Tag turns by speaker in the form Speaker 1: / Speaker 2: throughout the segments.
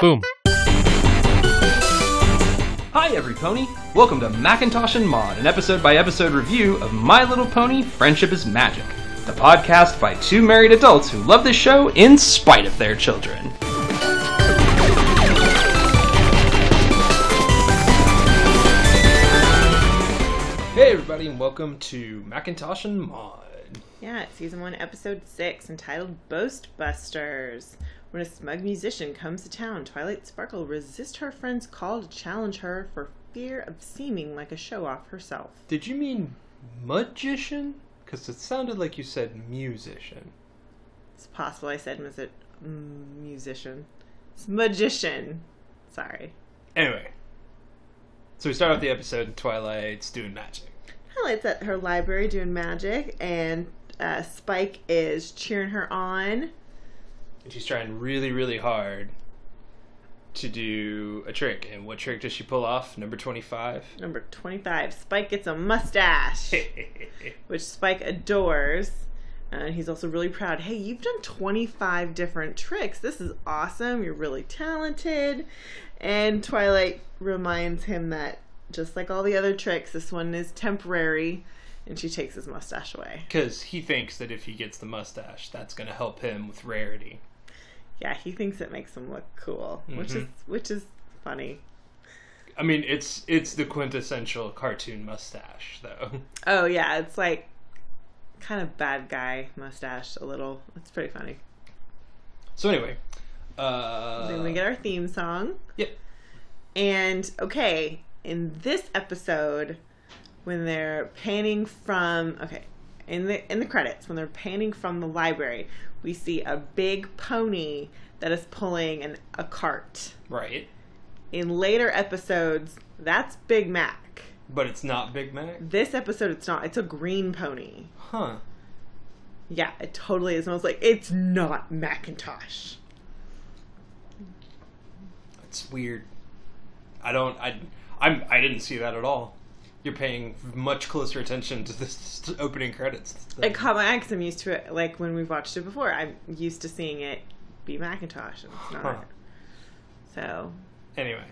Speaker 1: Boom.
Speaker 2: Hi, everypony! Welcome to Macintosh and Mod, an episode by episode review of My Little Pony Friendship is Magic, the podcast by two married adults who love this show in spite of their children. Hey, everybody, and welcome to Macintosh and Mod.
Speaker 3: Yeah, it's season one, episode six, entitled Boast Busters. When a smug musician comes to town, Twilight Sparkle resists her friend's call to challenge her for fear of seeming like a show off herself.
Speaker 2: Did you mean magician? Because it sounded like you said musician.
Speaker 3: It's possible I said mis- mm, musician. It's magician. Sorry.
Speaker 2: Anyway, so we start off the episode, and Twilight's doing magic.
Speaker 3: Highlights at her library doing magic, and uh, Spike is cheering her on.
Speaker 2: and she's trying really, really hard to do a trick. And what trick does she pull off? Number 25.
Speaker 3: Number 25, Spike gets a mustache. which Spike adores. Uh, And he's also really proud. Hey, you've done 25 different tricks. This is awesome. You're really talented. And Twilight reminds him that just like all the other tricks, this one is temporary. And she takes his mustache away.
Speaker 2: Because he thinks that if he gets the mustache, that's going to help him with rarity.
Speaker 3: Yeah, he thinks it makes him look cool, which is which is funny.
Speaker 2: I mean, it's it's the quintessential cartoon mustache, though.
Speaker 3: Oh yeah, it's like kind of bad guy mustache a little. It's pretty funny.
Speaker 2: So anyway,
Speaker 3: then we
Speaker 2: uh,
Speaker 3: get our theme song.
Speaker 2: yeah,
Speaker 3: And okay, in this episode, when they're panning from okay, in the in the credits, when they're panning from the library, we see a big pony that is pulling an, a cart.
Speaker 2: right.
Speaker 3: In later episodes, that's Big Mac.
Speaker 2: But it's not Big Mac,
Speaker 3: This episode, it's not. It's a green pony.
Speaker 2: huh?
Speaker 3: Yeah, it totally is. And I was like, it's not Macintosh.
Speaker 2: It's weird. I don't. I. I'm. I didn't see that at all. You're paying much closer attention to this opening credits.
Speaker 3: It caught my eye 'cause I'm used to it. Like when we've watched it before, I'm used to seeing it be Macintosh, and it's not.
Speaker 2: Huh.
Speaker 3: So
Speaker 2: Anyway,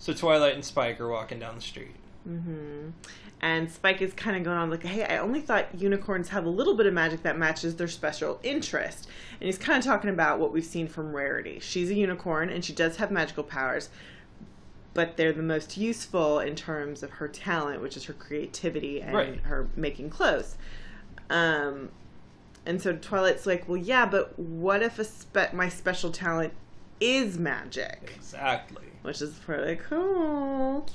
Speaker 2: so Twilight and Spike are walking down the street.
Speaker 3: Mm-hmm. And Spike is kind of going on like, "Hey, I only thought unicorns have a little bit of magic that matches their special interest." And he's kind of talking about what we've seen from Rarity. She's a unicorn and she does have magical powers, but they're the most useful in terms of her talent, which is her creativity and
Speaker 2: Right.
Speaker 3: her making clothes. Um, and so Twilight's like, "Well, yeah, but what if a spe- my special talent is magic?"
Speaker 2: Exactly.
Speaker 3: which is pretty cool.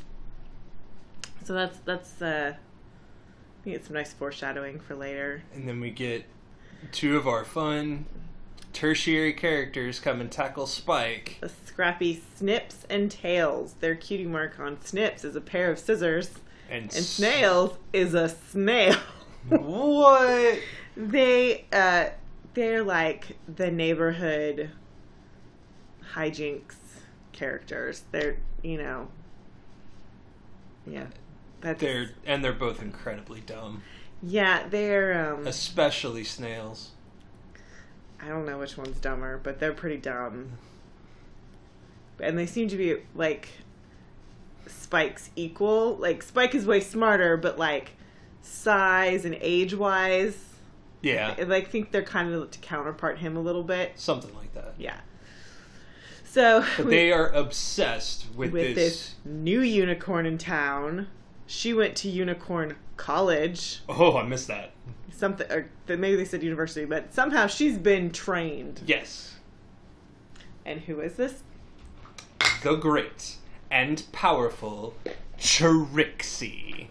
Speaker 3: So that's that's uh, I think it's some nice foreshadowing for later.
Speaker 2: And then we get two of our fun tertiary characters come and tackle Spike.
Speaker 3: The scrappy snips and tails. Their cutie mark on snips is a pair of scissors,
Speaker 2: And,
Speaker 3: and snails is a snail.
Speaker 2: What?
Speaker 3: they uh, they're like the neighborhood hijinks characters. They're you know, yeah, that's
Speaker 2: They're and they're both incredibly dumb,
Speaker 3: yeah they're um,
Speaker 2: especially snails.
Speaker 3: I don't know which one's dumber, but they're pretty dumb. And they seem to be like Spike's equal. Like Spike is way smarter, but like size and age wise, I
Speaker 2: Yeah,
Speaker 3: like think they're kind of to counterpart him a little bit.
Speaker 2: something like that.
Speaker 3: Yeah. So
Speaker 2: But
Speaker 3: we-
Speaker 2: they are obsessed with,
Speaker 3: with
Speaker 2: this.
Speaker 3: this new unicorn in town, she went to unicorn college.
Speaker 2: Oh, I missed that.
Speaker 3: Something or maybe they said university, but somehow she's been trained.
Speaker 2: Yes,
Speaker 3: And who is this?
Speaker 2: the great and powerful Trixie.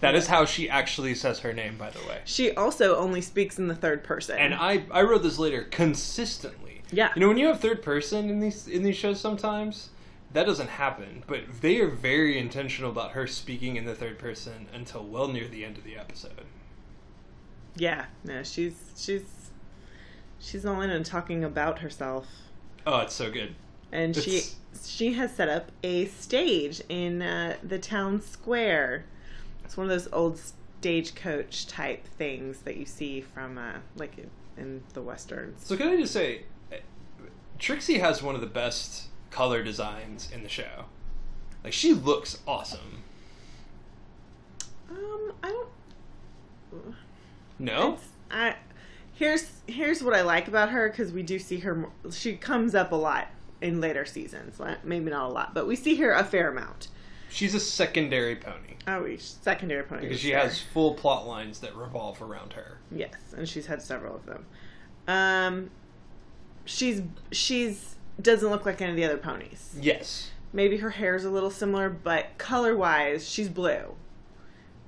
Speaker 2: That is how she actually says her name, by the way.
Speaker 3: She also only speaks in the third person.
Speaker 2: And I, I wrote this later consistently.
Speaker 3: Yeah.
Speaker 2: You know, when you have third person in these in these shows, sometimes that doesn't happen. But they are very intentional about her speaking in the third person until well near the end of the episode.
Speaker 3: yeah, no, she's she's she's all in and talking about herself.
Speaker 2: Oh, it's so good.
Speaker 3: And she
Speaker 2: It's-
Speaker 3: she has set up a stage in uh, the town square. It's one of those old stagecoach type things that you see from uh, like in the westerns.
Speaker 2: So can I just say, Trixie has one of the best color designs in the show. Like she looks awesome.
Speaker 3: Um, I don't.
Speaker 2: No,
Speaker 3: It's- I here's here's what I like about her because we do see her. mo- She comes up a lot in later seasons. Like, Maybe not a lot, but we see her a fair amount.
Speaker 2: she's a secondary pony
Speaker 3: Oh, we- secondary opponent
Speaker 2: because
Speaker 3: is
Speaker 2: she
Speaker 3: fair.
Speaker 2: has full plot lines that revolve around her.
Speaker 3: Yes, and she's had several of them. Um, she's she's doesn't look like any of the other ponies.
Speaker 2: Yes,
Speaker 3: Maybe her hair's a little similar, but color wise, she's blue.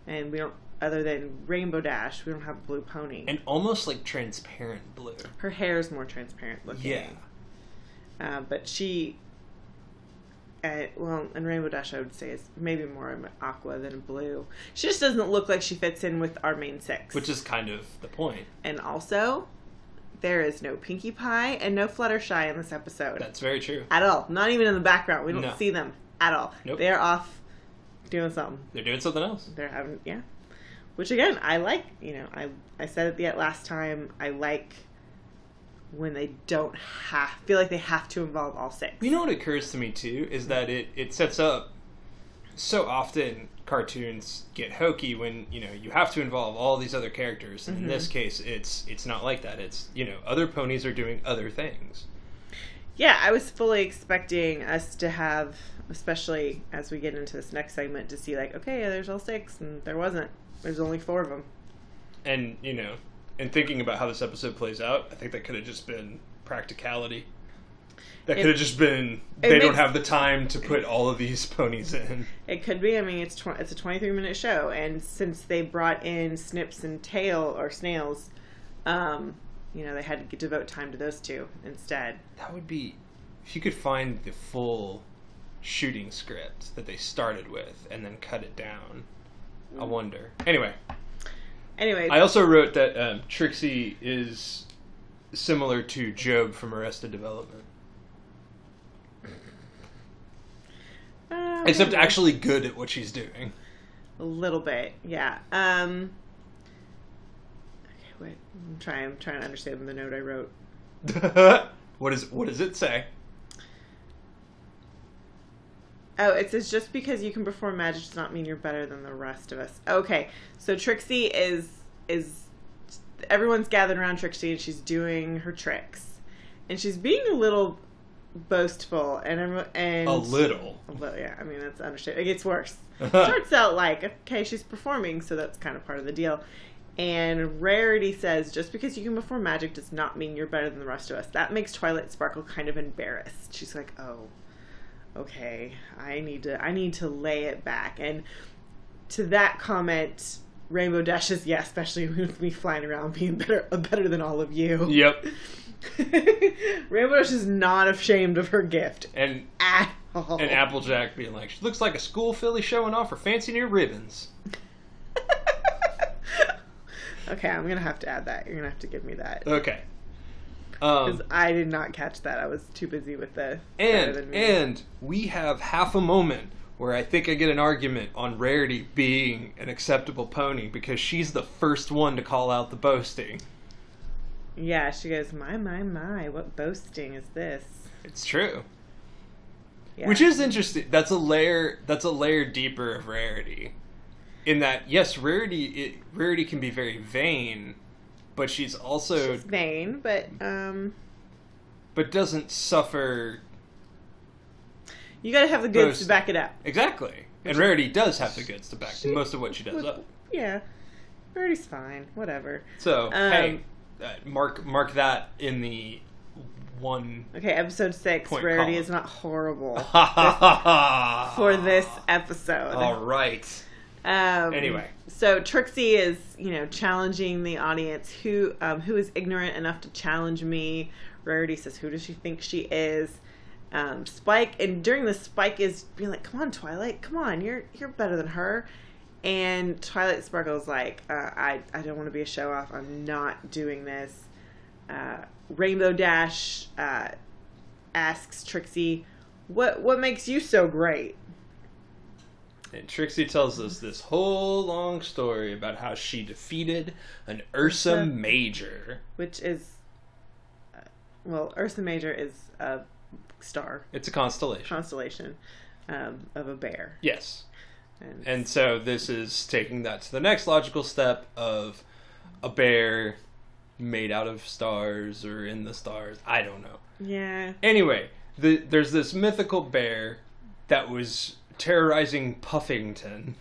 Speaker 3: And we don't, other than Rainbow Dash, we don't have a blue pony.
Speaker 2: and almost like transparent blue.
Speaker 3: her hair is more transparent looking.
Speaker 2: Yeah,
Speaker 3: Uh, but she, uh, well, and Rainbow Dash, I would say, is maybe more of an aqua than a blue. She just doesn't look like she fits in with our main six.
Speaker 2: which is kind of the point.
Speaker 3: And also, there is no Pinkie Pie and no Fluttershy in this episode
Speaker 2: That's very true.
Speaker 3: at all. Not even in the background. We don't
Speaker 2: No.
Speaker 3: see them at all.
Speaker 2: Nope.
Speaker 3: They're off doing something.
Speaker 2: They're doing something else.
Speaker 3: They're having yeah. Which again, I like. You know, I I said it the last time. I like when they don't have feel like they have to involve all six.
Speaker 2: You know what occurs to me too is that it, it sets up so often cartoons get hokey when you know you have to involve all these other characters. And In this
Speaker 3: Mm-hmm.
Speaker 2: case, it's it's not like that. It's you know other ponies are doing other things.
Speaker 3: Yeah, I was fully expecting us to have, especially as we get into this next segment, to see like, okay, there's all six, and there wasn't. There's only four of them.
Speaker 2: And you know, in thinking about how this episode plays out, I think that could have just been practicality. That
Speaker 3: It-
Speaker 2: could have just been they don't
Speaker 3: makes-
Speaker 2: have the time to put all of these ponies in.
Speaker 3: It could be. I mean, it's tw- it's a 23 minute show, and since they brought in Snips and Tail or Snails, um, you know, they had to g- devote time to those two instead.
Speaker 2: That would be if you could find the full shooting script that they started with and then cut it down. I wonder. Anyway,
Speaker 3: Anyway,
Speaker 2: I also wrote that um, Trixie is similar to Job from Arrested Development,
Speaker 3: uh,
Speaker 2: except
Speaker 3: maybe
Speaker 2: actually good at what she's doing.
Speaker 3: a little bit, yeah. Um, okay, wait, I'm trying. I'm trying to understand the note I wrote.
Speaker 2: what is what does it say?
Speaker 3: Oh, it says just because you can perform magic does not mean you're better than the rest of us. Okay, so Trixie is is everyone's gathered around Trixie and she's doing her tricks, and she's being a little boastful and everyone- and
Speaker 2: A little.
Speaker 3: Well, yeah, I mean that's understandable. It gets worse. It starts out like okay, she's performing, so that's kind of part of the deal. And Rarity says, just because you can perform magic does not mean you're better than the rest of us. That makes Twilight Sparkle kind of embarrassed. She's like, oh, okay, I need to, I need to lay it back. And to that comment, Rainbow Dash is, yeah, especially with me flying around being better, uh, better than all of you.
Speaker 2: Yep.
Speaker 3: Rainbow Dash is not ashamed of her gift
Speaker 2: And
Speaker 3: at all.
Speaker 2: and Applejack being like, she looks like a school filly showing off her fancy new ribbons.
Speaker 3: okay, I'm gonna have to add that. You're gonna have to give me that.
Speaker 2: Okay. Um,
Speaker 3: 'Cause I did not catch that. I was too busy with the better than
Speaker 2: And
Speaker 3: me.
Speaker 2: and we have half a moment where I think I get an argument on Rarity being an acceptable pony because she's the first one to call out the boasting.
Speaker 3: yeah, she goes, my my my, what boasting is this?
Speaker 2: It's true.
Speaker 3: Yeah.
Speaker 2: Which is interesting. That's a layer that's a layer deeper of Rarity. In that yes, Rarity it, Rarity can be very vain, but she's also
Speaker 3: She's vain, but um,
Speaker 2: but doesn't suffer
Speaker 3: you gotta have the goods
Speaker 2: Boasting.
Speaker 3: to back it up.
Speaker 2: exactly. And Rarity does have the goods to back most of what she does up.
Speaker 3: Yeah, Birdie's fine. Whatever.
Speaker 2: So
Speaker 3: Um,
Speaker 2: hey, uh, mark mark that in the one.
Speaker 3: Okay, episode six.
Speaker 2: Point
Speaker 3: Rarity
Speaker 2: column.
Speaker 3: is not horrible
Speaker 2: For
Speaker 3: for this episode.
Speaker 2: All right.
Speaker 3: Um,
Speaker 2: Anyway.
Speaker 3: so Trixie is, you know, challenging the audience. Who, um, who is ignorant enough to challenge me? Rarity says, "Who does she think she is?" Um, Spike, and during this, Spike is being like, "Come on, Twilight, come on, you're you're better than her." And Twilight Sparkle's like, uh, "I I don't want to be a show off. I'm not doing this." Uh, Rainbow Dash uh, asks Trixie, "What what makes you so great?"
Speaker 2: And Trixie tells us this whole long story about how she defeated an Ursa
Speaker 3: Ursa.
Speaker 2: Major.
Speaker 3: which is uh, well, Ursa Major is a star
Speaker 2: It's a constellation.
Speaker 3: constellation um, of a bear.
Speaker 2: Yes.
Speaker 3: And,
Speaker 2: And so this is taking that to the next logical step of a bear made out of stars or in the stars. I don't know.
Speaker 3: yeah,
Speaker 2: Anyway, the, there's this mythical bear that was terrorizing Puffington,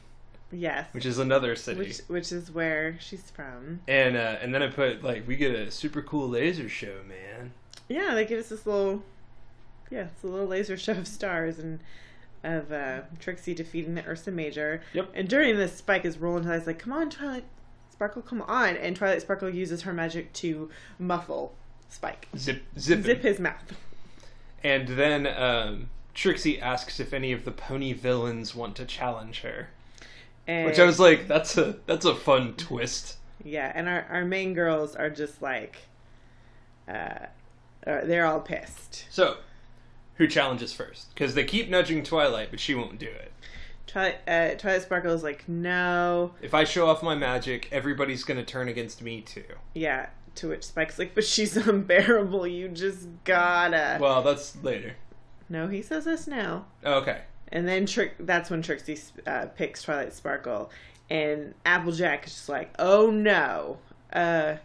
Speaker 3: yes,
Speaker 2: which is another city.
Speaker 3: which which is where she's from.
Speaker 2: and uh, and then I put like we get a super cool laser show, man.
Speaker 3: Yeah, they give us this little, yeah, it's a little laser show of stars and of uh, Trixie defeating the Ursa Major.
Speaker 2: Yep.
Speaker 3: And during this, Spike is rolling his eyes like, "Come on, Twilight Sparkle, come on!" And Twilight Sparkle uses her magic to muffle Spike,
Speaker 2: Zip zip.
Speaker 3: zip his mouth.
Speaker 2: And then um, Trixie asks if any of the pony villains want to challenge her,
Speaker 3: And,
Speaker 2: which I was like, that's a that's a fun twist.
Speaker 3: yeah, and our our main girls are just like, uh, uh, they're all pissed.
Speaker 2: So, who challenges first? Because they keep nudging Twilight, but she won't do it.
Speaker 3: Twilight, uh, Twilight Sparkle is like, "No,
Speaker 2: If I show off my magic, everybody's gonna turn against me too.
Speaker 3: yeah." To which Spike's like, "But she's unbearable. You just gotta."
Speaker 2: Well, that's later.
Speaker 3: No, he says us now.
Speaker 2: Okay.
Speaker 3: And then Trick, that's when Trixie uh, picks Twilight Sparkle, and Applejack is just like, "Oh no!" Uh,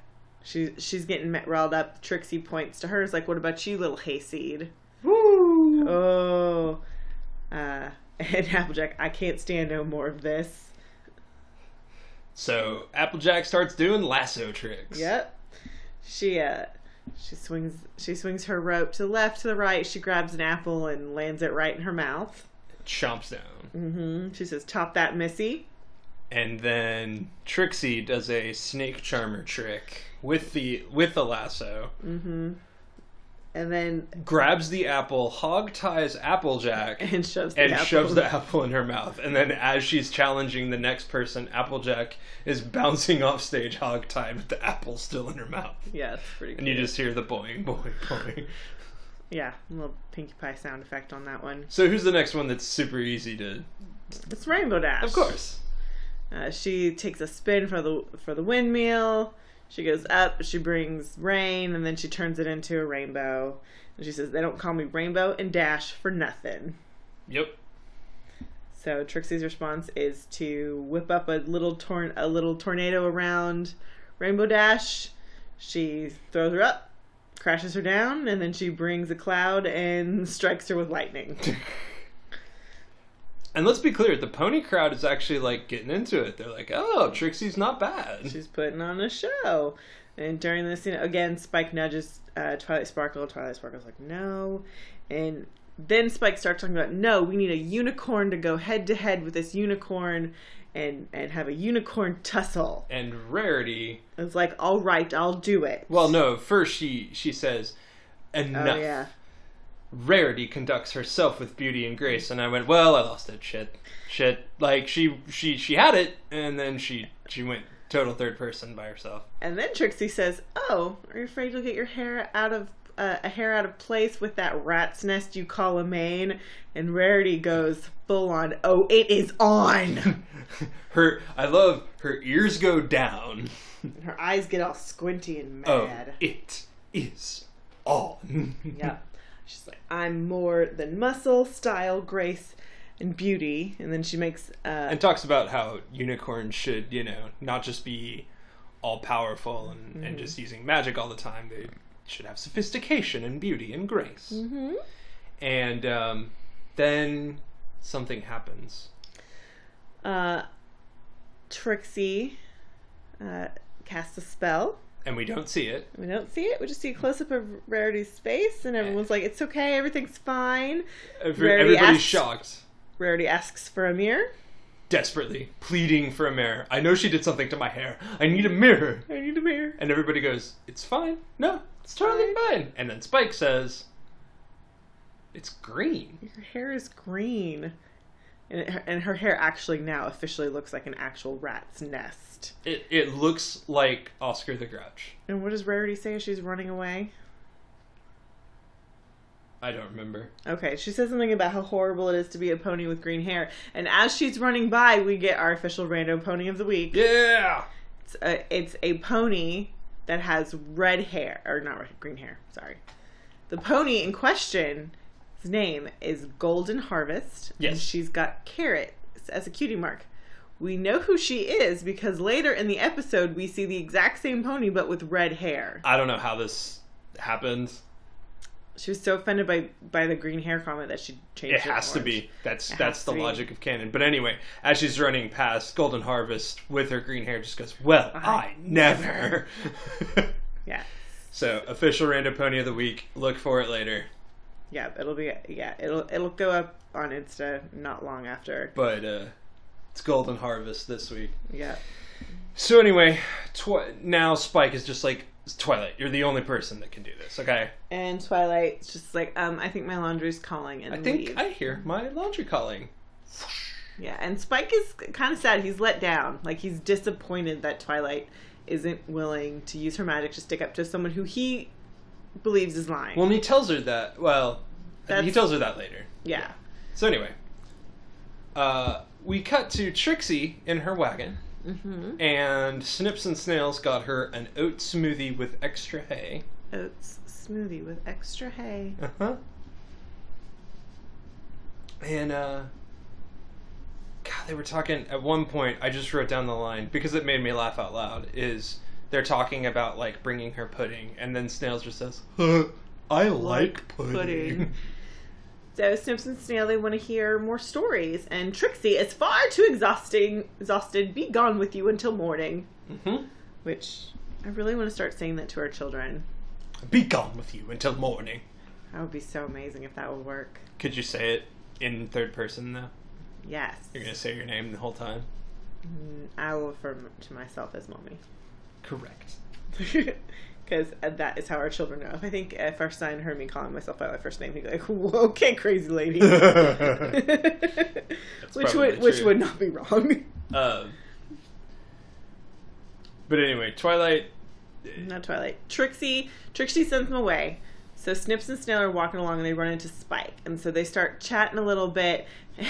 Speaker 3: she she's getting met, riled up. Trixie points to her, is like, "What about you, little hayseed?"
Speaker 2: Woo!
Speaker 3: Oh, uh, and Applejack, I can't stand no more of this.
Speaker 2: So Applejack starts doing lasso tricks.
Speaker 3: Yep. She uh, she swings she swings her rope to the left, to the right. She grabs an apple and lands it right in her mouth.
Speaker 2: Chomps down.
Speaker 3: hmm She says, "Top that, Missy."
Speaker 2: And then Trixie does a snake charmer trick with the with the lasso.
Speaker 3: And then
Speaker 2: Grabs the apple, hog ties Applejack,
Speaker 3: and shoves the
Speaker 2: and
Speaker 3: apple.
Speaker 2: shoves the apple in her mouth. And then, as she's challenging the next person, Applejack is bouncing off stage hog tied with the apple still in her mouth.
Speaker 3: Yeah, it's pretty.
Speaker 2: And you just hear the boing, boing, boing.
Speaker 3: yeah, a little Pinkie Pie sound effect on that one.
Speaker 2: So, who's the next one that's super easy to.
Speaker 3: It's Rainbow Dash.
Speaker 2: Of course.
Speaker 3: Uh, she takes a spin for the for the windmill. She goes up. She brings rain, and then she turns it into a rainbow. And she says, "They don't call me Rainbow and Dash for nothing."
Speaker 2: Yep.
Speaker 3: So Trixie's response is to whip up a little torn a little tornado around Rainbow Dash. She throws her up, crashes her down, and then she brings a cloud and strikes her with lightning.
Speaker 2: And let's be clear, the pony crowd is actually like getting into it. They're like, "Oh, Trixie's not bad."
Speaker 3: She's putting on a show. And during this scene, again, Spike nudges uh, Twilight Sparkle. Twilight Sparkle's like, no. And then Spike starts talking about, no, we need a unicorn to go head to head with this unicorn and, and have a unicorn tussle.
Speaker 2: And Rarity,
Speaker 3: It's like, all right, I'll do it.
Speaker 2: well, no, first she she says, "Enough."
Speaker 3: oh, yeah.
Speaker 2: Rarity conducts herself with beauty and grace, and I went, "Well, I lost it. Shit, shit." Like she she she had it, and then she she went total third person by herself.
Speaker 3: And then Trixie says, oh, are you afraid you'll get your hair out of. Uh, a hair out of place with that rat's nest you call a mane, and Rarity goes full on. Oh, it is on.
Speaker 2: her I love her ears go down.
Speaker 3: Her eyes get all squinty and
Speaker 2: Oh,
Speaker 3: mad.
Speaker 2: it is on.
Speaker 3: yeah. She's like, I'm more than muscle, style, grace, and beauty. And then she makes, uh,
Speaker 2: and talks about how unicorns should, you know, not just be all powerful and,
Speaker 3: Mm-hmm.
Speaker 2: and just using magic all the time. They should have sophistication and beauty and grace. Mm-hmm. And um, then something happens.
Speaker 3: uh, Trixie, uh, casts a spell.
Speaker 2: and we don't see it.
Speaker 3: We don't see it. We just see a close up of Rarity's face, and everyone's like, it's okay, everything's fine.
Speaker 2: Every,
Speaker 3: Rarity
Speaker 2: everybody's
Speaker 3: asks-
Speaker 2: shocked,
Speaker 3: Rarity asks for a mirror.
Speaker 2: desperately pleading for a mirror. I know she did something to my hair. I need a mirror.
Speaker 3: I need a mirror.
Speaker 2: And everybody goes, "It's fine. No, it's totally fine." And then Spike says, "It's green."
Speaker 3: Her hair is green. And, it, and her hair actually now officially looks like an actual rat's nest.
Speaker 2: It it looks like Oscar the Grouch.
Speaker 3: And what does Rarity say as she's running away?
Speaker 2: I don't remember.
Speaker 3: Okay, she says something about how horrible it is to be a pony with green hair. And as she's running by, we get our official random pony of the week.
Speaker 2: Yeah.
Speaker 3: It's, a, it's a pony that has red hair, or not red, green hair, sorry. The pony in question's name is Golden Harvest.
Speaker 2: Yes.
Speaker 3: And she's got Carrot as a cutie mark. We know who she is because later in the episode we see the exact same pony but with red hair.
Speaker 2: I don't know how this happened.
Speaker 3: She was so offended by by the green hair comment that she changed
Speaker 2: It has to
Speaker 3: orange.
Speaker 2: be. That's
Speaker 3: It
Speaker 2: that's
Speaker 3: has
Speaker 2: the
Speaker 3: to be.
Speaker 2: logic of canon. But anyway, as she's running past, Golden Harvest with her green hair just goes, "Well,
Speaker 3: Uh-huh.
Speaker 2: I, never."
Speaker 3: Yeah.
Speaker 2: so, official random pony of the week. Look for it later.
Speaker 3: Yeah, it'll be yeah, it'll it'll go up on Insta not long after.
Speaker 2: But uh, it's Golden Harvest this week.
Speaker 3: Yeah.
Speaker 2: So anyway, tw- now Spike is just like Twilight. You're the only person that can do this. Okay,
Speaker 3: And Twilight's just like, um, I think my laundry's calling and
Speaker 2: I think
Speaker 3: leave.
Speaker 2: I hear my laundry calling.
Speaker 3: Yeah, and Spike is kind of sad. He's let down. Like he's disappointed that Twilight isn't willing to use her magic to stick up to someone who he believes is lying.
Speaker 2: Well, and he tells her that. Well, he
Speaker 3: That's-
Speaker 2: tells her that later.
Speaker 3: yeah.
Speaker 2: So anyway, uh, we cut to Trixie in her wagon,
Speaker 3: Mm-hmm.
Speaker 2: and Snips and Snails got her an oat smoothie with extra hay.
Speaker 3: Oats smoothie with extra hay.
Speaker 2: Uh huh. And uh, God, they were talking at one point. I just wrote down the line because it made me laugh out loud. Is they're talking about like bringing her pudding, and then Snails just says, huh, "I like,
Speaker 3: Like
Speaker 2: pudding."
Speaker 3: pudding. So Snips and Snail they want to hear more stories, and Trixie is far too exhausting. Exhausted. Be gone with you until morning.
Speaker 2: hmm
Speaker 3: Which I really want to start saying that to our children.
Speaker 2: Be gone with you until morning.
Speaker 3: That would be so amazing if that would work.
Speaker 2: Could you say it in third person though?
Speaker 3: Yes.
Speaker 2: You're gonna say your name the whole time.
Speaker 3: Mm, I will refer m- to myself as mommy.
Speaker 2: Correct.
Speaker 3: Because that is how our children know. If I think if our son heard me calling myself by my first name, he'd be like, "Whoa, "Okay, crazy lady," which
Speaker 2: probably
Speaker 3: would which
Speaker 2: true.
Speaker 3: would not be wrong.
Speaker 2: um, but anyway, Twilight.
Speaker 3: not Twilight. Trixie Trixie sends them away. So Snips and Snail are walking along and they run into Spike, and so they start chatting a little bit, and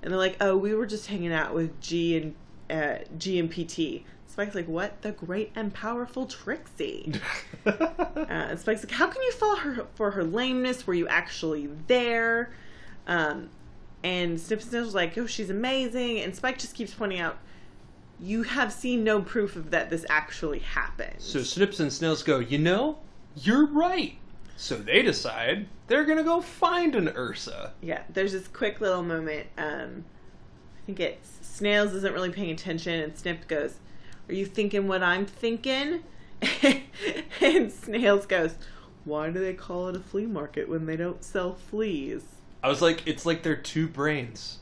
Speaker 3: they're like, "Oh, we were just hanging out with G and uh, G and PT." Spike's like, "What? The great and powerful Trixie." Uh, and Spike's like, "How can you fall her for her lameness? Were you actually there?" Um, and Snips and Snail's like, "Oh, she's amazing." And Spike just keeps pointing out, "You have seen no proof of that this actually happened."
Speaker 2: so Snips and Snails go. You know, you're right. So they decide they're gonna go find an Ursa.
Speaker 3: yeah, there's this quick little moment. Um, I think it's Snails isn't really paying attention, and Snip goes, "Are you thinking what I'm thinking?" and Snails goes, "Why do they call it a flea market when they don't sell fleas?"
Speaker 2: I was like, it's like they're two brains.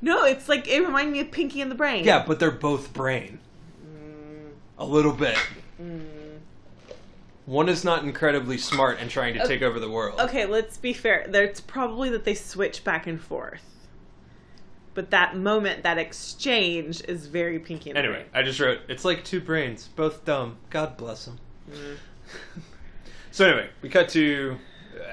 Speaker 3: No, it's like it reminded me of Pinky and the Brain.
Speaker 2: Yeah, but they're both brain.
Speaker 3: Mm.
Speaker 2: A little bit. One is not incredibly smart and trying to take over the world.
Speaker 3: Okay, let's be fair. It's probably that they switch back and forth. But that moment, that exchange, is very Pinky and the
Speaker 2: Anyway, I just wrote, it's like two brains, both dumb. God bless them.
Speaker 3: Mm.
Speaker 2: so anyway, we cut to uh,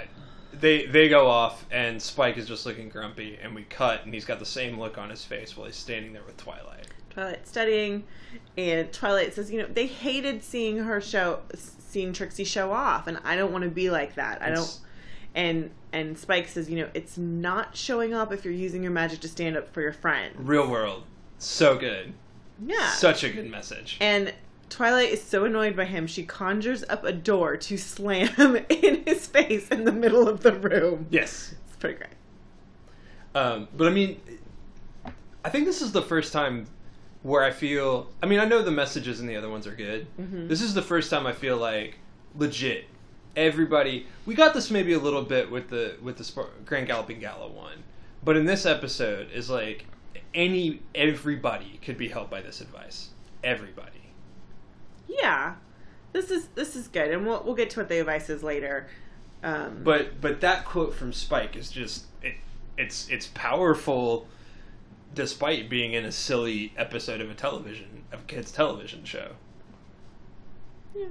Speaker 2: they they go off and Spike is just looking grumpy and we cut and he's got the same look on his face while he's standing there with Twilight.
Speaker 3: Twilight studying, and Twilight says, you know, they hated seeing her show, seeing Trixie show off, and I don't want to be like that. I don't.
Speaker 2: It's-
Speaker 3: And and Spike says, you know, it's not showing up if you're using your magic to stand up for your friend.
Speaker 2: Real world. So good.
Speaker 3: Yeah.
Speaker 2: Such a good message.
Speaker 3: and Twilight is so annoyed by him, she conjures up a door to slam in his face in the middle of the room.
Speaker 2: yes.
Speaker 3: It's pretty great.
Speaker 2: Um, but I mean, I think this is the first time where I feel. I mean, I know the messages in the other ones are good. This is the first time I feel like legit. Everybody, we got this maybe a little bit with the with the Spar- Grand Galloping Gala one, but in this episode is like any everybody could be helped by this advice. Everybody.
Speaker 3: Yeah, this is this is good, and we'll we'll get to what the advice is later. Um,
Speaker 2: But but that quote from Spike is just it, it's it's powerful, despite being in a silly episode of a television of a kids television show.
Speaker 3: Yeah.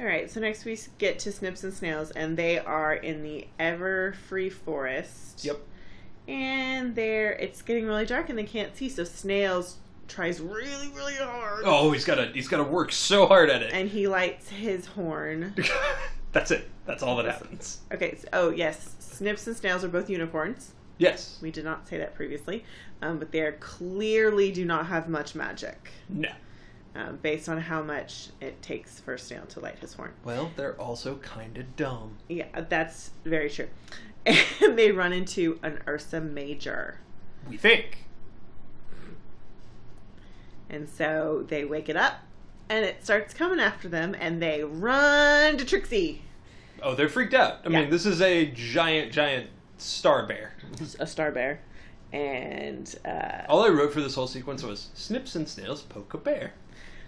Speaker 3: All right, so next we s- get to Snips and Snails, and they are in the ever free forest. And they're it's getting really dark, and they can't see. So Snails tries really, really hard,
Speaker 2: Oh, he's gotta he's gotta work so hard at it.
Speaker 3: and he lights his horn,
Speaker 2: That's it. That's all that
Speaker 3: That's-
Speaker 2: happens.
Speaker 3: Okay. So, oh yes, Snips and Snails are both unicorns.
Speaker 2: Yes.
Speaker 3: We did not say that previously, um, but they are clearly do not have much magic,
Speaker 2: No.
Speaker 3: um, based on how much it takes for a snail to light his horn.
Speaker 2: Well, they're also kind of dumb.
Speaker 3: Yeah, that's very true. And they run into an Ursa Major,
Speaker 2: We think.
Speaker 3: and so they wake it up, and it starts coming after them, and they run to Trixie,
Speaker 2: Oh, they're freaked out. I
Speaker 3: Yeah.
Speaker 2: mean, this is a giant, giant star bear.
Speaker 3: a star bear, and uh,
Speaker 2: All I wrote for this whole sequence was snips and snails poke a bear.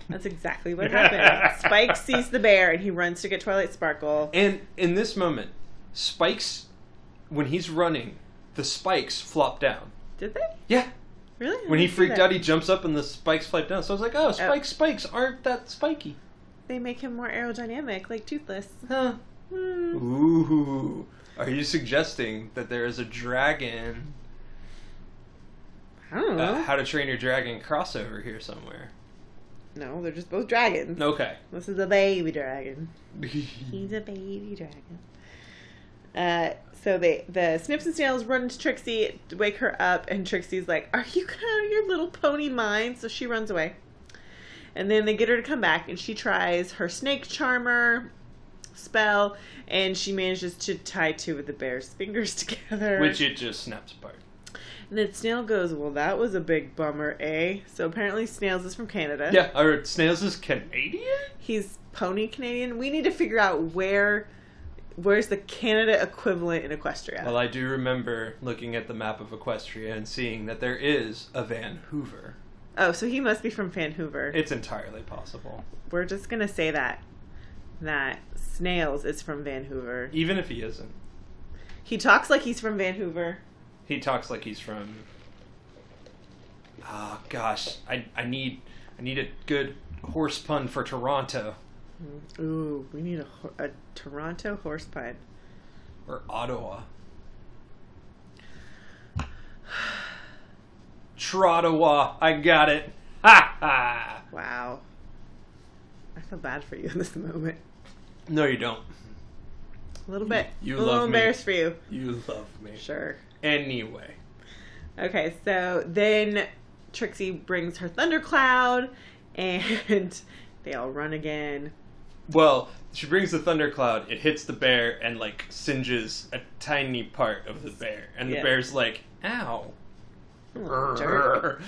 Speaker 3: That's exactly what happened. Spike sees the bear and he runs to get Twilight Sparkle.
Speaker 2: And in this moment, Spikes, when he's running, the spikes flop down.
Speaker 3: Did they?
Speaker 2: Yeah.
Speaker 3: Really?
Speaker 2: When he
Speaker 3: Did
Speaker 2: freaked
Speaker 3: they?
Speaker 2: out, he jumps up and the spikes flop down. So I was like, oh, spikes, spikes aren't that spiky.
Speaker 3: They make him more aerodynamic, like Toothless.
Speaker 2: Huh.
Speaker 3: Hmm.
Speaker 2: Ooh. Are you suggesting that there is a dragon,
Speaker 3: I don't know.
Speaker 2: uh, How to Train Your Dragon crossover here somewhere?
Speaker 3: no, they're just both dragons.
Speaker 2: Okay.
Speaker 3: This is a baby dragon. He's a baby dragon. Uh, so they the Snips and Snails run to Trixie, wake her up, and Trixie's like, "Are you kind of your little pony mind?" So she runs away, and then they get her to come back, and she tries her snake charmer spell, and she manages to tie two of the bear's fingers together.
Speaker 2: Which it just snaps apart.
Speaker 3: and then Snail goes, "Well, that was a big bummer, eh?" So apparently Snails is from Canada.
Speaker 2: Yeah, I wrote snails is Canadian?
Speaker 3: he's pony Canadian. We need to figure out where where's the Canada equivalent in Equestria.
Speaker 2: Well, I do remember looking at the map of Equestria and seeing that there is a Van Hoover.
Speaker 3: oh, so he must be from Vancouver.
Speaker 2: It's entirely possible.
Speaker 3: We're just gonna say that that Snails is from Vancouver.
Speaker 2: Even if he isn't,
Speaker 3: He talks like he's from Vancouver.
Speaker 2: he talks like he's from. Oh gosh, I I need I need a good horse pun for Toronto
Speaker 3: Ooh, we need a, ho- a Toronto horse pun.
Speaker 2: or Ottawa. Trottawa, I got it. Ha ha.
Speaker 3: Wow, I feel bad for you in this moment.
Speaker 2: No, you don't.
Speaker 3: A little bit.
Speaker 2: You
Speaker 3: a little
Speaker 2: love me.
Speaker 3: embarrassed for you.
Speaker 2: You love me.
Speaker 3: Sure.
Speaker 2: Anyway.
Speaker 3: Okay, so then Trixie brings her thundercloud, and they all run again.
Speaker 2: Well, she brings the thundercloud. It hits the bear and like singes a tiny part of the bear, and the
Speaker 3: Yeah.
Speaker 2: bear's like, "Ow!"
Speaker 3: Oh, jerk.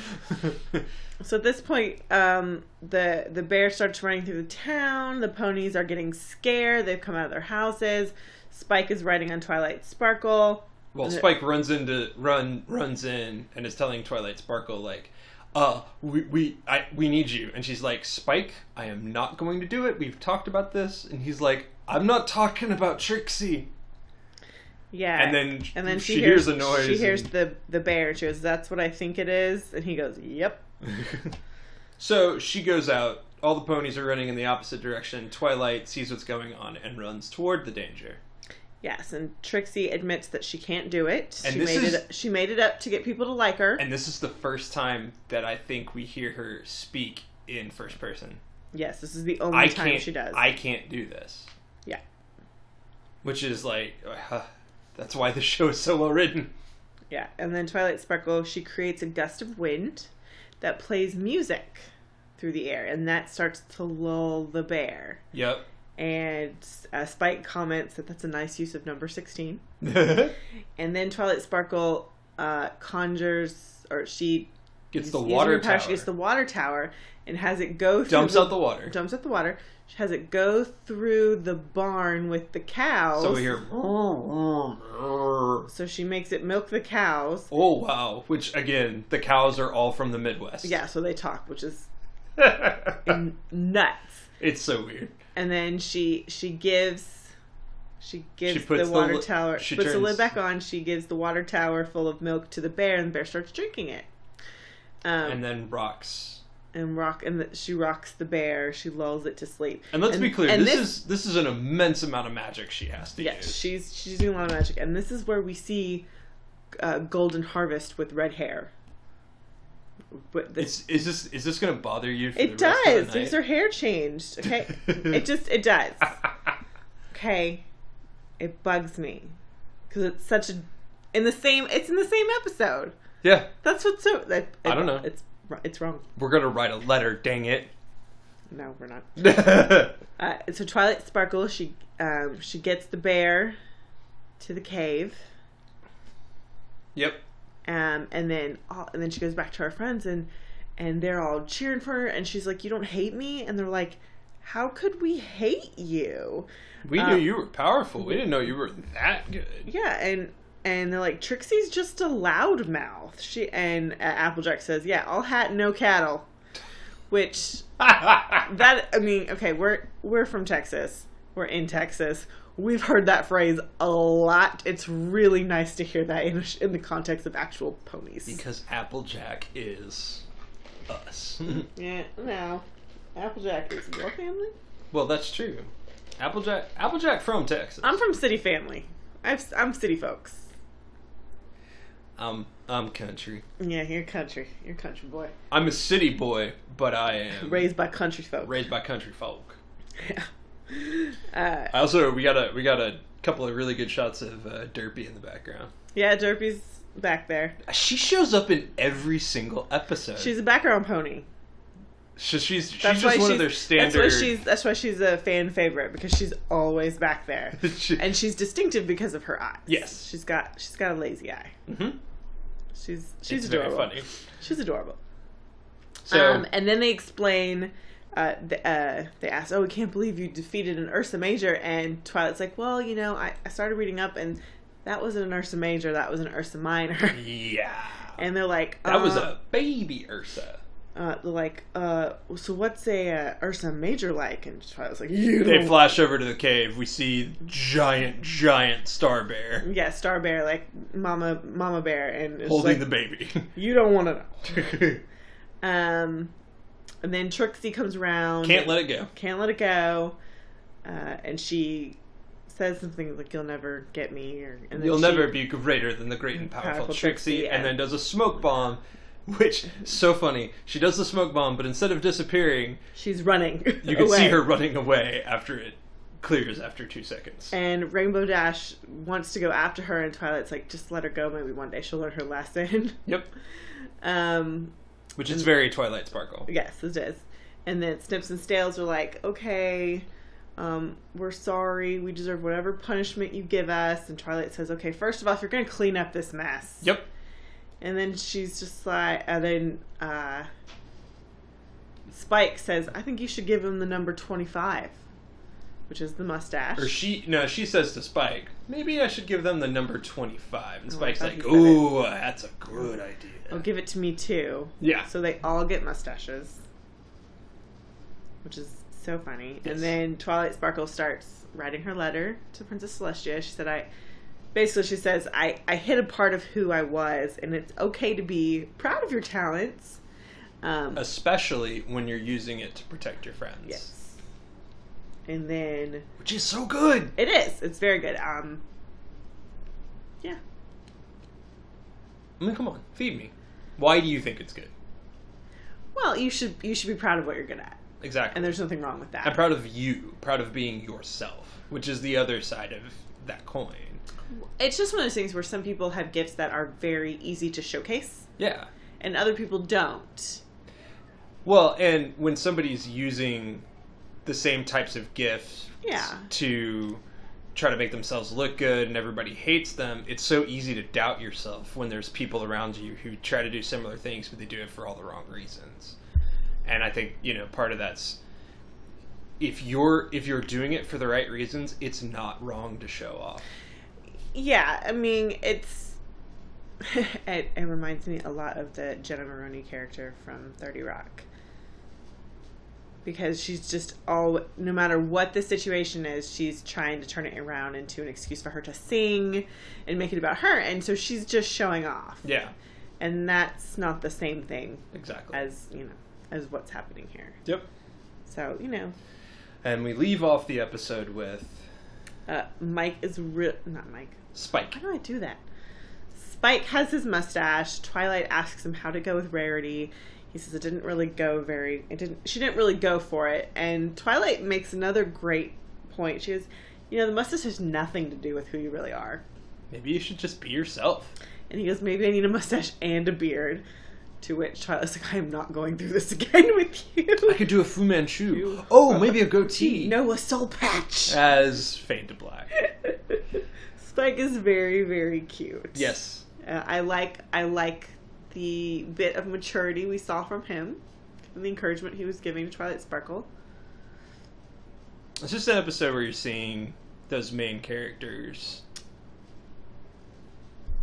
Speaker 3: So at this point, um, the the bear starts running through the town. The ponies are getting scared. They've come out of their houses. Spike is riding on Twilight Sparkle.
Speaker 2: well,
Speaker 3: The-
Speaker 2: Spike runs into run runs in and is telling Twilight Sparkle like, "Uh, we we I we need you," and she's like, "Spike, I am not going to do it. We've talked about this," and he's like, "I'm not talking about Trixie."
Speaker 3: Yeah,
Speaker 2: And then
Speaker 3: and then she,
Speaker 2: she
Speaker 3: hears,
Speaker 2: hears a noise
Speaker 3: She hears
Speaker 2: and-
Speaker 3: the the bear. and She goes, "That's what I think it is." And he goes, "Yep."
Speaker 2: so she goes out. All the ponies are running in the opposite direction. Twilight sees what's going on and runs toward the danger.
Speaker 3: Yes, and Trixie admits that she can't do it.
Speaker 2: And
Speaker 3: she
Speaker 2: this
Speaker 3: made
Speaker 2: is-
Speaker 3: it. She made it up to get people to like her.
Speaker 2: And this is the first time that I think we hear her speak in first person.
Speaker 3: yes, this is the only
Speaker 2: I
Speaker 3: time
Speaker 2: can't.
Speaker 3: she does.
Speaker 2: I can't do this.
Speaker 3: yeah,
Speaker 2: Which is like, uh, that's why the show is so well written.
Speaker 3: yeah. And then Twilight Sparkle, she creates a gust of wind that plays music through the air, and that starts to lull the bear.
Speaker 2: Yep.
Speaker 3: And uh, Spike comments that that's a nice use of number sixteen. And then Twilight Sparkle uh, conjures, or she
Speaker 2: Gets the
Speaker 3: uses
Speaker 2: water
Speaker 3: her power,
Speaker 2: tower.
Speaker 3: She gets the water tower and has it go through
Speaker 2: dumps out the water.
Speaker 3: dumps out the water. She has it go through the barn with the cows.
Speaker 2: So we hear.
Speaker 3: So she makes it milk the cows.
Speaker 2: Oh wow! Which again, the cows are all from the Midwest.
Speaker 3: Yeah, so they talk, which is n- nuts.
Speaker 2: it's so weird.
Speaker 3: And then she she gives she gives
Speaker 2: She puts
Speaker 3: the
Speaker 2: the
Speaker 3: water
Speaker 2: li-
Speaker 3: tower
Speaker 2: she
Speaker 3: puts the
Speaker 2: turns-
Speaker 3: lid back on. She gives the water tower full of milk to the bear, and the bear starts drinking it. Um,
Speaker 2: And then rocks.
Speaker 3: and rock and the, she rocks the bear. She lulls it to sleep.
Speaker 2: And let's be clear,
Speaker 3: and
Speaker 2: this, is this is an immense amount of magic she has to
Speaker 3: Yes,
Speaker 2: use.
Speaker 3: she's she's doing a lot of magic, and this is where we see uh, Golden Harvest with red hair. But this,
Speaker 2: It's, is this is this going to bother you? For
Speaker 3: it
Speaker 2: the rest of the
Speaker 3: does. There's
Speaker 2: night?
Speaker 3: her hair changed. Okay, it just it does. okay, it bugs me because it's such a in the same. It's in the same episode.
Speaker 2: Yeah,
Speaker 3: That's what's so. That,
Speaker 2: I don't know.
Speaker 3: It's it's wrong.
Speaker 2: we're gonna write a letter. Dang it.
Speaker 3: No, we're not.
Speaker 2: yeah.
Speaker 3: Uh, so Twilight Sparkle, she um, she gets the bear to the cave,
Speaker 2: Yep.
Speaker 3: um, and then all, and then she goes back to her friends and and they're all cheering for her, and she's like, "You don't hate me," and they're like, "How could we hate you?"
Speaker 2: We
Speaker 3: Uh,
Speaker 2: knew you were powerful. We didn't know you were that good.
Speaker 3: Yeah, and and they're like, "Trixie's just a loudmouth." She and uh, Applejack says, "Yeah, all hat, no cattle," which that I mean, okay, we're we're from Texas. We're in Texas. We've heard that phrase a lot. It's really nice to hear that in in the context of actual ponies.
Speaker 2: because Applejack is us.
Speaker 3: yeah, no, Applejack is your family.
Speaker 2: well, that's true. Applejack Applejack from Texas.
Speaker 3: I'm from city family. I've, I'm city folks.
Speaker 2: I'm Um, I'm country.
Speaker 3: Yeah, you're country. You're country boy,
Speaker 2: I'm a city boy, but I am
Speaker 3: raised by country folk.
Speaker 2: raised by country folk.
Speaker 3: uh,
Speaker 2: I also we got a we got a couple of really good shots of uh, Derpy in the background.
Speaker 3: yeah, Derpy's back there.
Speaker 2: She shows up in every single episode.
Speaker 3: She's a background pony.
Speaker 2: So she's she's
Speaker 3: That's
Speaker 2: just one
Speaker 3: why she's,
Speaker 2: of their standard.
Speaker 3: That's why she's that's why she's a fan favorite because she's always back there.
Speaker 2: She-
Speaker 3: and she's distinctive because of her eyes.
Speaker 2: Yes.
Speaker 3: she's got she's got a lazy eye.
Speaker 2: Mhm.
Speaker 3: She's she's
Speaker 2: It's very
Speaker 3: adorable.
Speaker 2: funny.
Speaker 3: She's adorable.
Speaker 2: So
Speaker 3: Um, and then they explain. Uh, the, uh, they ask, "Oh, we can't believe you defeated an Ursa Major." And Twilight's like, "Well, you know, I, I started reading up, and that wasn't an Ursa Major. That was an Ursa Minor."
Speaker 2: yeah,
Speaker 3: And they're like,
Speaker 2: that was
Speaker 3: uh,
Speaker 2: a baby Ursa.
Speaker 3: uh, they're like, uh, so what's a uh, Ursa Major like? And Twilight's like, you
Speaker 2: They
Speaker 3: don't
Speaker 2: flash over to the cave. We see giant, giant star bear
Speaker 3: Yeah, Star Bear, like Mama Mama Bear, and it's
Speaker 2: holding
Speaker 3: like,
Speaker 2: the baby.
Speaker 3: you don't want to know. Um, and then Trixie comes around.
Speaker 2: Can't let it go.
Speaker 3: can't let it go, uh, and she says something like "You'll never get me," or and then
Speaker 2: You'll
Speaker 3: she-
Speaker 2: never be greater than the great and powerful,
Speaker 3: Powerful
Speaker 2: Trixie,
Speaker 3: Trixie,
Speaker 2: and
Speaker 3: and-
Speaker 2: then does a smoke bomb, which so funny. She does the smoke bomb, but instead of disappearing,
Speaker 3: She's running.
Speaker 2: you can see
Speaker 3: away.
Speaker 2: her running away after it clears after two seconds.
Speaker 3: And Rainbow Dash wants to go after her, and Twilight's like, "Just let her go. Maybe one day she'll learn her lesson."
Speaker 2: Yep,
Speaker 3: um,
Speaker 2: which is very Twilight Sparkle.
Speaker 3: Yes, it is. And then Snips and Stales are like, okay, um, we're sorry. We deserve whatever punishment you give us. And Twilight says, okay, first of all, you're going to clean up this mess.
Speaker 2: Yep.
Speaker 3: And then she's just like, and then uh, Spike says, I think you should give him the number 25, which is the mustache.
Speaker 2: Or she no, she says to Spike, maybe I should give them the number twenty five. And
Speaker 3: Oh, I
Speaker 2: Spike's
Speaker 3: thought
Speaker 2: like,
Speaker 3: he said it.
Speaker 2: Ooh, that's a good
Speaker 3: oh,
Speaker 2: idea.
Speaker 3: give it to me too.
Speaker 2: Yeah.
Speaker 3: So they all get mustaches, which is so funny.
Speaker 2: Yes.
Speaker 3: And then Twilight Sparkle starts writing her letter to Princess Celestia. She said, I basically, she says, I, I hid a part of who I was, and it's okay to be proud of your talents. Um,
Speaker 2: Especially when you're using it to protect your friends.
Speaker 3: yes. And then
Speaker 2: Which is so good.
Speaker 3: it is, it's very good. Um, yeah.
Speaker 2: I mean come on, feed me. Why do you think it's good?
Speaker 3: Well, you should you should be proud of what you're good at,
Speaker 2: Exactly.
Speaker 3: and there's nothing wrong with that.
Speaker 2: I'm proud of you, proud of being yourself, which is the other side of that coin.
Speaker 3: it's just one of those things where some people have gifts that are very easy to showcase.
Speaker 2: Yeah.
Speaker 3: and other people don't.
Speaker 2: Well, and when somebody's using the same types of gifts
Speaker 3: Yeah.
Speaker 2: to try to make themselves look good and everybody hates them, it's so easy to doubt yourself when there's people around you who try to do similar things but they do it for all the wrong reasons. And I think, you know, part of that's if you're if you're doing it for the right reasons, it's not wrong to show off.
Speaker 3: Yeah, I mean, it's it, it reminds me a lot of the Jenna Maroney character from Thirty Rock because she's just all no matter what the situation is, she's trying to turn it around into an excuse for her to sing and make it about her, and so she's just showing off,
Speaker 2: Yeah,
Speaker 3: and that's not the same thing
Speaker 2: exactly.
Speaker 3: as you know as what's happening here.
Speaker 2: yep.
Speaker 3: So you know,
Speaker 2: And we leave off the episode with
Speaker 3: uh, Mike is real not Mike.
Speaker 2: Spike.
Speaker 3: How do I do that? Spike has his mustache. Twilight asks him how to go with Rarity. He says it didn't really go very. It didn't. She didn't really go for it. And Twilight makes another great point. She goes, You know, the mustache has nothing to do with who you really are.
Speaker 2: Maybe you should just be yourself.
Speaker 3: And he goes, Maybe I need a mustache and a beard. To which Charlie's like, I am not going through this again with you.
Speaker 2: I could do a Fu Manchu.
Speaker 3: You-
Speaker 2: Oh, maybe a goatee.
Speaker 3: no, a soul patch.
Speaker 2: As fade to black.
Speaker 3: Spike is very, very cute.
Speaker 2: Yes.
Speaker 3: Uh, I like I like the bit of maturity we saw from him and the encouragement he was giving to Twilight Sparkle.
Speaker 2: It's just an episode where you're seeing those main characters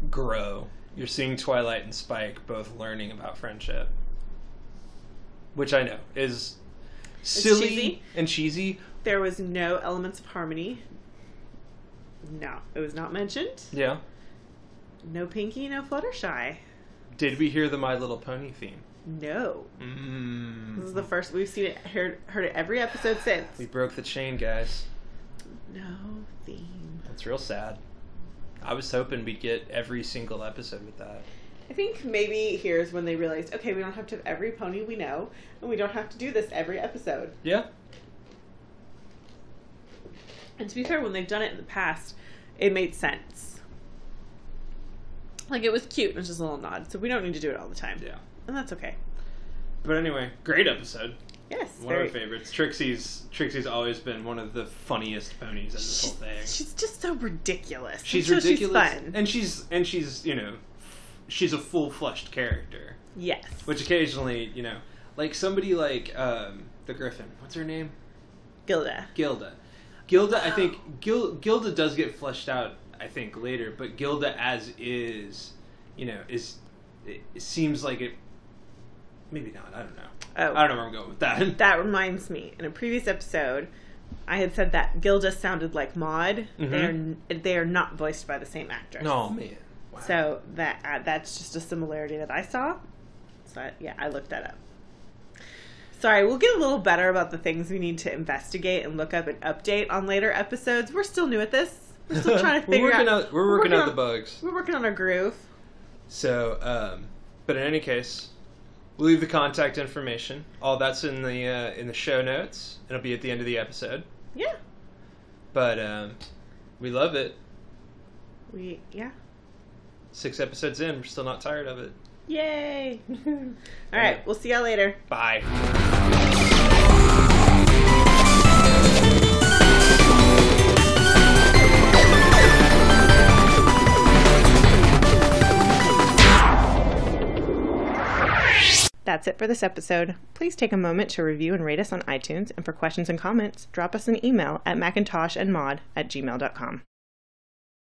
Speaker 2: grow. You're seeing Twilight and Spike both learning about friendship, which I know is silly
Speaker 3: cheesy.
Speaker 2: and cheesy.
Speaker 3: There was no elements of harmony. No, it was not mentioned.
Speaker 2: Yeah.
Speaker 3: No Pinky, no Fluttershy.
Speaker 2: Did we hear the My Little Pony theme?
Speaker 3: No. This is
Speaker 2: Mm.
Speaker 3: the first we've seen it heard heard it every episode since.
Speaker 2: We broke the chain, guys.
Speaker 3: No theme.
Speaker 2: That's real sad. I was hoping we'd get every single episode with that.
Speaker 3: I think maybe here's when they realized, okay, we don't have to have every pony we know, and we don't have to do this every episode.
Speaker 2: Yeah.
Speaker 3: And to be fair, when they've done it in the past, it made sense. Like it was cute, and it was just a little nod. So we don't need to do it all the time,
Speaker 2: Yeah.
Speaker 3: and that's okay.
Speaker 2: But anyway, great episode.
Speaker 3: Yes,
Speaker 2: One of
Speaker 3: very-
Speaker 2: my favorites. Trixie's Trixie's always been one of the funniest ponies in this whole
Speaker 3: She's,
Speaker 2: thing.
Speaker 3: she's just so ridiculous.
Speaker 2: She's
Speaker 3: And so
Speaker 2: ridiculous,
Speaker 3: She's fun.
Speaker 2: and she's and she's you know, she's a full fleshed character.
Speaker 3: yes.
Speaker 2: Which occasionally you know, like somebody like um, the Griffin. What's her name?
Speaker 3: Gilda.
Speaker 2: Gilda. Gilda. I think Gil, Gilda does get fleshed out. I think later, but Gilda as is, you know, is it, it seems like it. Maybe not. I don't know.
Speaker 3: Oh,
Speaker 2: I don't know where I'm going with that.
Speaker 3: that reminds me. In a previous episode, I had said that Gilda sounded like Maud. They are they are not voiced by the same actress.
Speaker 2: Mm-hmm. no man. Wow.
Speaker 3: So that uh, that's just a similarity that I saw. So I, yeah, I looked that up. Sorry, we'll get a little better about the things we need to investigate and look up and update on later episodes. We're still new at this. We're still trying to
Speaker 2: we're
Speaker 3: figure
Speaker 2: working
Speaker 3: out,
Speaker 2: We're working out the bugs.
Speaker 3: We're working on our groove.
Speaker 2: So, um, but in any case, we'll leave the contact information. All that's in the uh, in the show notes. It'll be at the end of the episode.
Speaker 3: Yeah,
Speaker 2: But um, we love it.
Speaker 3: we yeah,
Speaker 2: Six episodes in, we're still not tired of it.
Speaker 3: yay! All right, we'll see y'all later.
Speaker 2: Bye.
Speaker 3: That's it for this episode. Please take a moment to review and rate us on iTunes, and for questions and comments, drop us an email at macintoshandmod at gmail.com.